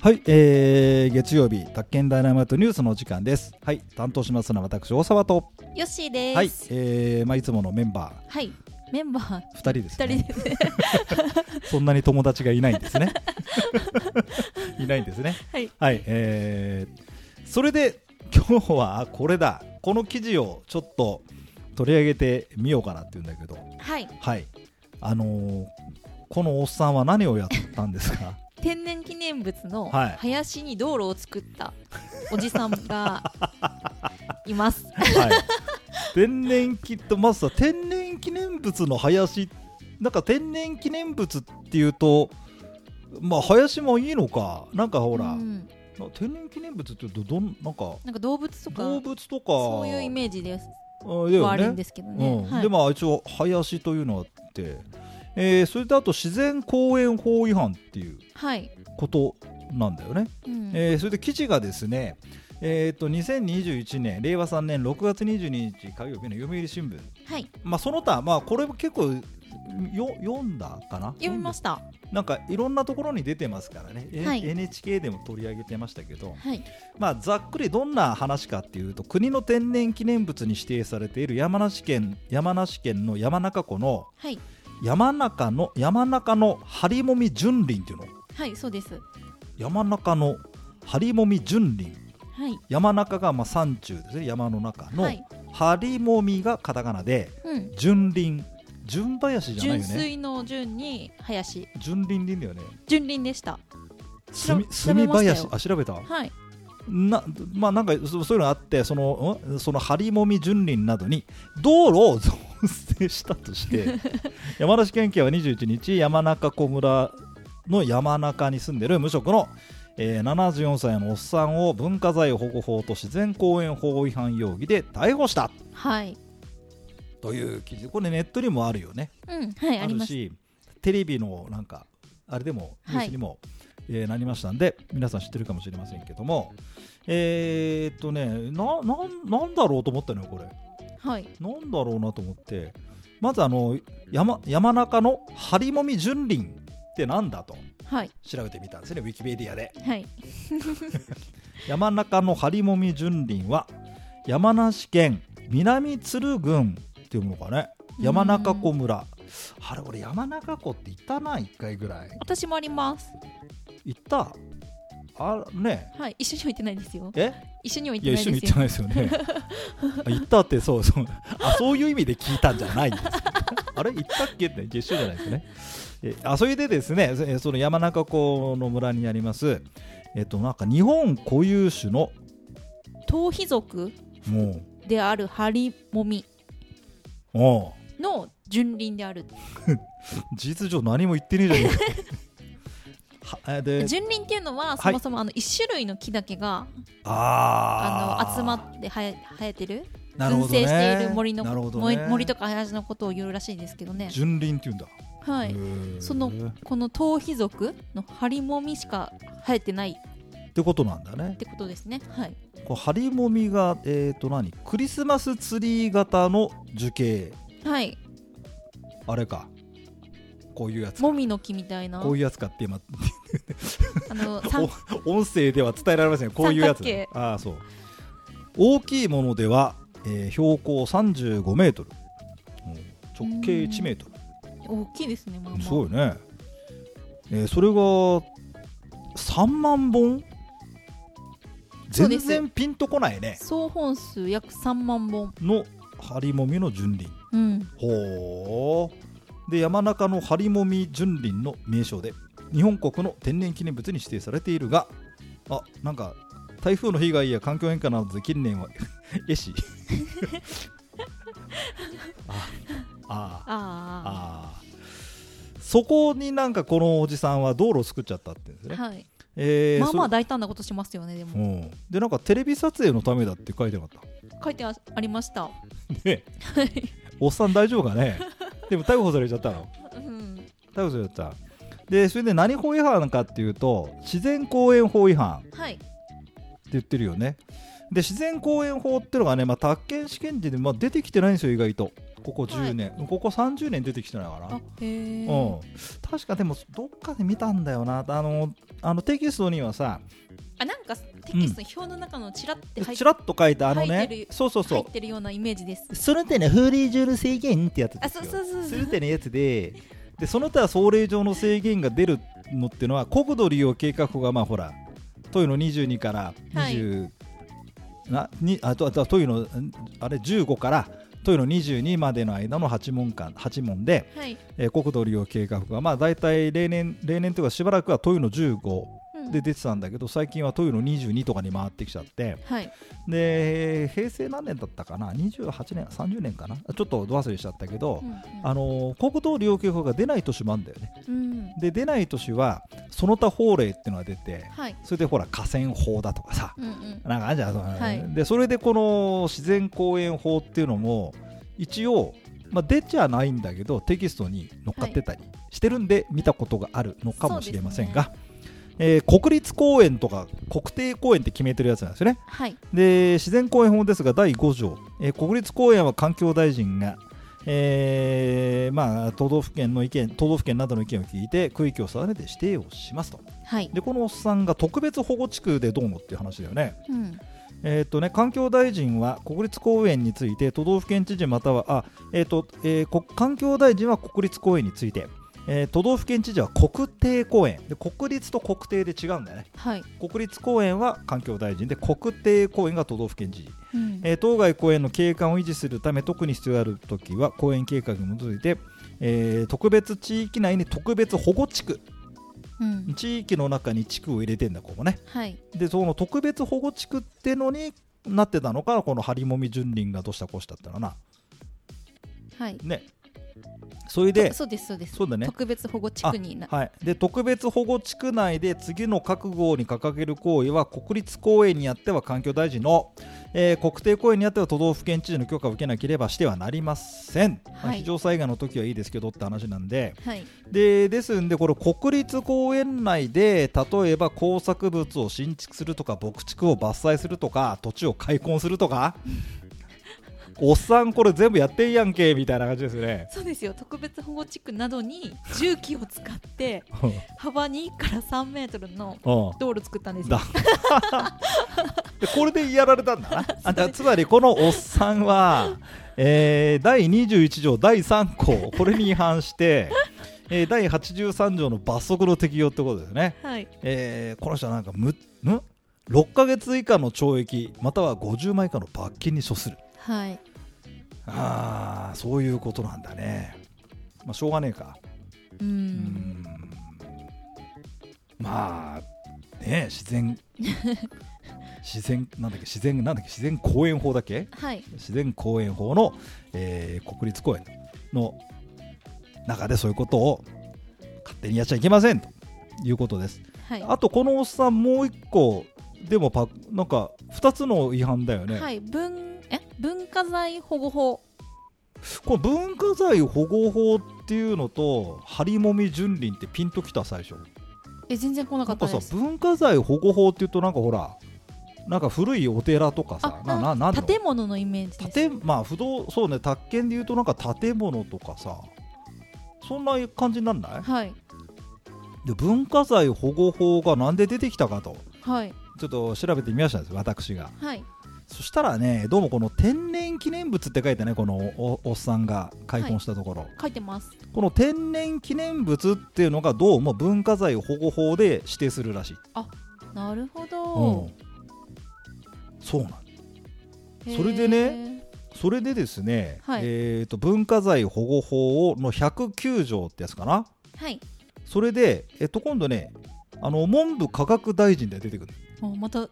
はい、えー、月曜日、宅建ダイナマイトニュースのお時間です。はい、担当しますのは私、大沢と、よしはでいす。、えー、まあいつものメンバはい、メンバーー2人です、二ね。人ですね。そんなに友達がいないんです ね。いないんですね。はい、はい、えー、それで今日はあこれだ、この記事をちょっと取り上げてみようかなっていうんだけど、はい、はい、あのーこのおっさんは何をやったんですか天然記念物のはい林に道路を作ったおじさん がいます。はい天然記とまずさ天然記念物の林なんか天然記念物っていうとまあ林もいいのかなんかほら、うんな天然記念物っていうとどんなんかなんか動物とか動物とかそういうイメージです。あだよねはあるんですけどね。うんはいでまあ一応林というのがあって、えーそれとあと自然公園法違反っていうはい、ことなんだよね、うんえーそれで記事がですねえー、と2021年令和3年6月22日火曜日の読売新聞、はい、まあ、その他、まあ、これも結構よ読んだかな読みました。なんかいろんなところに出てますからね、えはい NHK でも取り上げてましたけど、はい、まあ、ざっくりどんな話かっていうと国の天然記念物に指定されている山梨県山梨県の山中湖のはい、山中の山中のハリモミ純林っていうのはい、そうです。山中のハリモミ純林はい、山中がまあ山中ですね山の中の、はい、ハリモミがカタカナでうん。純林純林じゃない純よね粋の純に林、純林でいいんだよね純林でした。すみ調すべみましたよ林あ調べたはい、なまあなんかそそういうのあってそのんそのハリモミ純林などに道路を造成したとして 山梨県警は21日山中湖村の山中に住んでる無職の、えー74歳のおっさんを文化財保護法と自然公園法違反容疑で逮捕したはい、という記事これネットにもあるよねうん、はい、あありるます。しテレビのなんかあれでもはニューいスにも、えーなりましたんで皆さん知ってるかもしれませんけどもえーっとねななんなんだろうと思ったのよこれはい、なんだろうなと思ってまずあの山山中のハリモミ純林ってなんだとはい、調べてみたんですねウィキペディアではい、山中のハリモミ純林は山梨県南鶴郡っていうものかね山中湖村あれ俺山中湖って行ったな1回ぐらい私もあります。行ったあねはい、一緒には行ってないですよ。え一緒には行っいや一緒てないに行でっすてよ。ないですよねあ 行ったってそうそうあそういう意味で聞いたんじゃないんですよ あれ行ったっけって一緒じゃないですねえあそれでですねそえその山中湖の村にありますえっとなんか日本固有種の逃避族もであるハリモミうおうの純林である。事実上何も言ってねえじゃねえ かはえで純林っていうのは、いそもそもあの一種類の木だけが、ああのー集まって生え生えてる、なるほ群ど生ねしている森のなるほど森ね森とか林のことを言うらしいですけどね。純林っていうんだはへい。ーそのっこの逃避族のハリモミしか生えてないってことなんだねてことですね。はい。こうハリモミが、えー、と何クリスマスツリー型の樹形はい。あれかこういうやつモミの木みたいな。こういうやつかって今あの三お音声では伝えられませんこういうやつ三角形ああそう大きいものでは、えー標高3 5メートル直径1メートル大きいですね。まあまあ。すごいね、えーそれが3万本そう全です然ピンとこないね総本数約3万本。のハリモミの純林うん。ほうで山中のハリモミ純林の名称で日本国の天然記念物に指定されているがあなんか台風の被害や環境変化などで近年は 絵 師ああああそこになんかこのおじさんは道路を作っちゃったって言うんですあ、ね、はい。えーまあまあそれ大胆なことしますよね。でうもん、でなんかテレビ撮影のためだって書いてなかった書いてあありました。ねおっさん大丈夫かねでも逮捕されちゃったのうん、逮捕されちゃったでそれで何法違反かっていうと自然公園法違反ってはい。言ってるよねで自然公園法っていうのがね、まあ、宅建試験時で、まあ、出てきてないんですよ意外とここ10年、ここ30年出てきてないかあな、へえ、うん、確かでもどっかで見たんだよなあのあのテキストにはさあなんかテキストの表の中のチラって入っちらっと書いたあの入っねてるそうそう入そってるようなイメージですうその手の法令上の制限ってやつあですそようそうそうすそるうてのやつででその他法令上の制限が出るのってのは国土利用計画法がまあほら都いうの22から20、なにあとあと都いうのんあれ15から都いうの22までの間の8問間8問で、はい、えー国土利用計画法がまあ大体例年例年というかしばらくは都いうの15うん、で出てたんだけど最近は都いうの22とかに回ってきちゃってはいで平成何年だったかな28年30年かなちょっとど忘れしちゃったけど、うんうんあのー国土利用計画が出ない年もあるんだよねうんで出ない年はその他法令っていうのが出てはいそれでほら河川法だとかさうんうんなんかあるじゃん、そのはいでそれでこの自然公園法っていうのも一応、まあ、出ちゃないんだけどテキストに乗っかってたりしてるんで見たことがあるのかもしれませんが、えー国立公園とか国定公園って決めてるやつなんですよねはいで自然公園法ですが第5条、えー国立公園は環境大臣が、えーまあ、都道府県の意見都道府県などの意見を聞いて区域を定めて指定をしますとはいでこのおっさんが特別保護地区でどうのっていう話だよね,、うんえーっとね環境大臣は国立公園について都道府県知事またはあ、えーっとえーこ環境大臣は国立公園について、えー都道府県知事は国定公園で国立と国定で違うんだよねはい国立公園は環境大臣で国定公園が都道府県知事うんえー当該公園の景観を維持するため特に必要であるときは公園計画に基づいて、えー特別地域内に特別保護地区うん地域の中に地区を入れてんだここねはいでその特別保護地区ってのになってたのかこの張りもみ純林がどうしたこうしたってのはなはいねそれでそうですそうですそうだね特別保護地区になはい、で特別保護地区内で次の覚悟に掲げる行為は国立公園にあっては環境大臣の、えー国定公園にあっては都道府県知事の許可を受けなければしてはなりません、まあはい非常災害の時はいいですけどって話なんではいでですんでこれ国立公園内で例えば工作物を新築するとか牧畜を伐採するとか土地を開墾すると かおっさんこれ全部やってんやんけみたいな感じです ねそうですよ特別保護地区などに重機を使って幅2から3メートルのうん道路作ったんですよだ でこれでやられたんだ なあだつまりこのおっさんは、えー第21条第3項これに違反して、えー第83条の罰則の適用ってことですね、はいえーこの人はなんかむん6ヶ月以下の懲役または50万以下の罰金に処するはいあーそういうことなんだねまあしょうがねえかううんんまあね自然 自然なんだっけ自然なんだっけ自然公園法だっけはい自然公園法の、えー国立公園の中でそういうことを勝手にやっちゃいけませんということです、はいあとこのおっさんもう一個でもパなんか2つの違反だよね、はい文え文化財保護法この文化財保護法っていうのと張りもみ純林ってピンときた最初え全然来なかなんったかさです文化財保護法っていうとなんかほらなんか古いお寺とかさあなななんの建物のイメージです建まあ不動そうね宅建でいうとなんか建物とかさそんな感じになんないはいで文化財保護法がなんで出てきたかとはいちょっと調べてみましたんです私がはいそしたらねどうもこの天然記念物って書いてねこのおおっさんが開墾したところ、書いてますこの天然記念物っていうのがどうも文化財保護法で指定するらしい、なるほうどん、そうなんへーそれでねそれでですね、はいえー、と文化財保護法の109条ってやつかなはいそれで、えっと、今度ねあの文部科学大臣で出てくるもうまた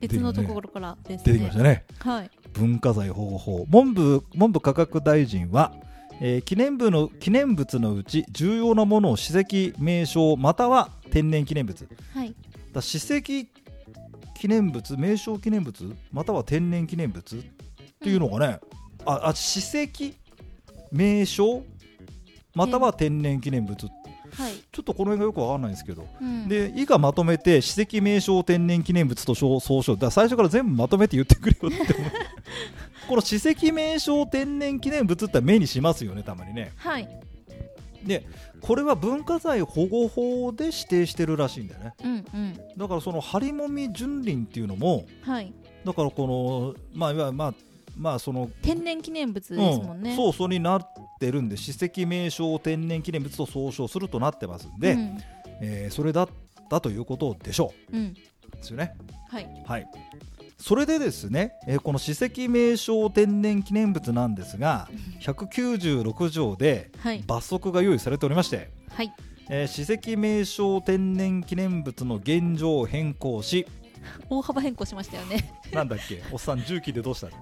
別のところからです出ねてきましたねはい文化財保護法文部文部科学大臣は、えー記念部の記念物のうち重要なものを史跡名称または天然記念物はいだ史跡記念物名称記念物または天然記念物っていうのがね、ああ史跡名称または天然記念物ちょはいっとこの辺がよくわかんないんですけど、うんで以下まとめて史 跡名称天然記念物と称総称だから最初から全部まとめて言ってくれよって思うこの史跡名称天然記念物って目にしますよねたまにねはい、でこれは文化財保護法で指定してるらしいんだよねうんうん、だからそのハリモミ純林っていうのもはい、だからこのまあいわゆるまあまあその天然記念物ですもんね。うん、そうそうになってるんで史跡名称天然記念物と総称するとなってますんで、うん、えーそれだったということでしょうん、うですよねはい、はいそれでですね、えーこの史跡名称天然記念物なんです が196条ではい、罰則が用意されておりまして、はい、えー史跡名称天然記念物の現状を変更し大幅変更しましたよね。なんだっけおっさん重機でどうしたの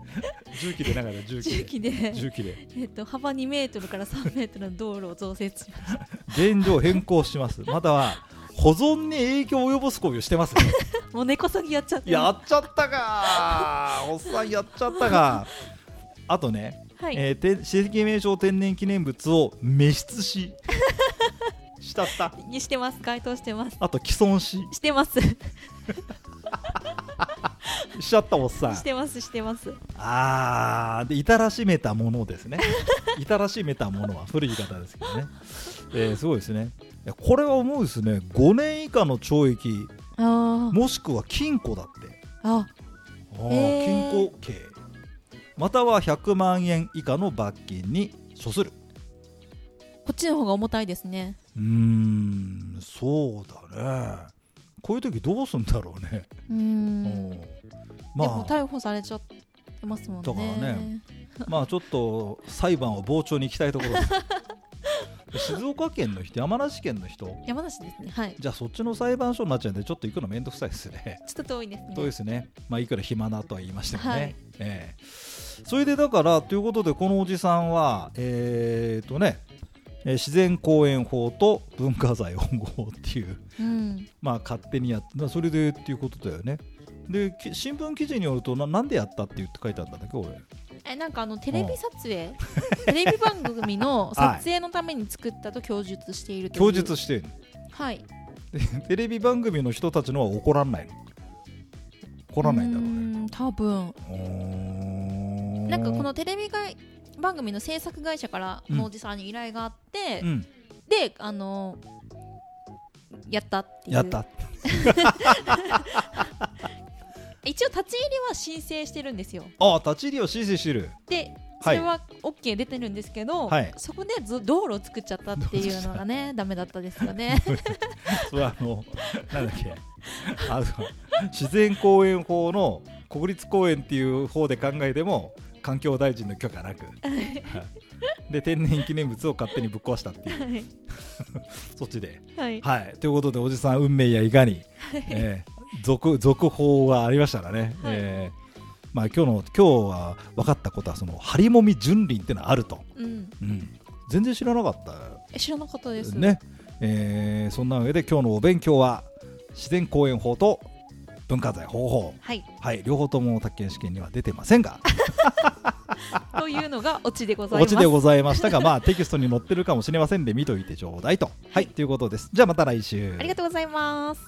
重機でなんか重機重で機で、重機でえっと幅2メートルから3メートルの道路を造成しました。現状を変更しますまたは保存に影響を及ぼす行為をしてますねもう根こそぎやっちゃっ て。やっちゃったかーおっさんやっちゃったかあとねはい、えーて史跡名称天然記念物を滅失ししたったにしてます。該当してます。あと既存ししてます。しちゃったおっさんしてます。してます。あーでいたらしめたもの ですねいたらしめたものは古い言い方ですけどね、えーすごいですねいやこれは思うですね5年以下の懲役あもしくは禁錮だってあ、あ、あーへ禁ー錮刑または100万円以下の罰金に処するこっちの方が重たいですね。うーんそうだねこういう時どうすんだろうね、うー。うんでまもあ逮捕されちゃってますもんね。だからねまあちょっと裁判を傍聴に行きたいところです静岡県の人山梨県の人山梨ですね。はい。じゃあそっちの裁判所になっちゃうんでちょっと行くの面倒くさいですねちょっと遠いですね。遠いですね、まあ、いくら暇なとは言いましたけどね、はいええそれでだからということでこのおじさんはえー、とねえー自然公園法と文化財保護法っていううん。まあ勝手にやってそれでっていうことだよねでき新聞記事によるとななんでやったって言って書いてあったんだっけ俺えなんかあのテレビ撮影、テレビ番 組の撮影のために作ったと供述しているという供述してるはいテレビ番組の人たちのは怒らんないの怒らないんだろうねうーん多分おーなんかこのテレビが番組の制作会社からこのおじさんに依頼があって、うんであのやったっていうやった一応立ち入りは申請してるんですよああ立ち入りを申請してるでそはいれは OK 出てるんですけど、はいそこでず道路を作っちゃったっていうの がねダメだったですよねそれはあのなんだっけあの自然公園法の国立公園っていう方で考えても環境大臣の許可なくで天然記念物を勝手にぶっ壊したっていうはいそっちで。はいはいということでおじさん運命やいかに、えー、続続報がありましたらね、はいえーまあ、今日の今日は分かったことはそのハリモミ純林っていうのはあると、うん、うん、全然知らなかったえ知らなかったですね、えーそんなわけで今日のお勉強は自然公園法と文化財方法はいはい両方とも宅建試験には出てませんがというのがオチでございオますチでございましたがまあテキストに載ってるかもしれませんで見といてちょうだいとはい、ということですじゃあまた来週ありがとうございます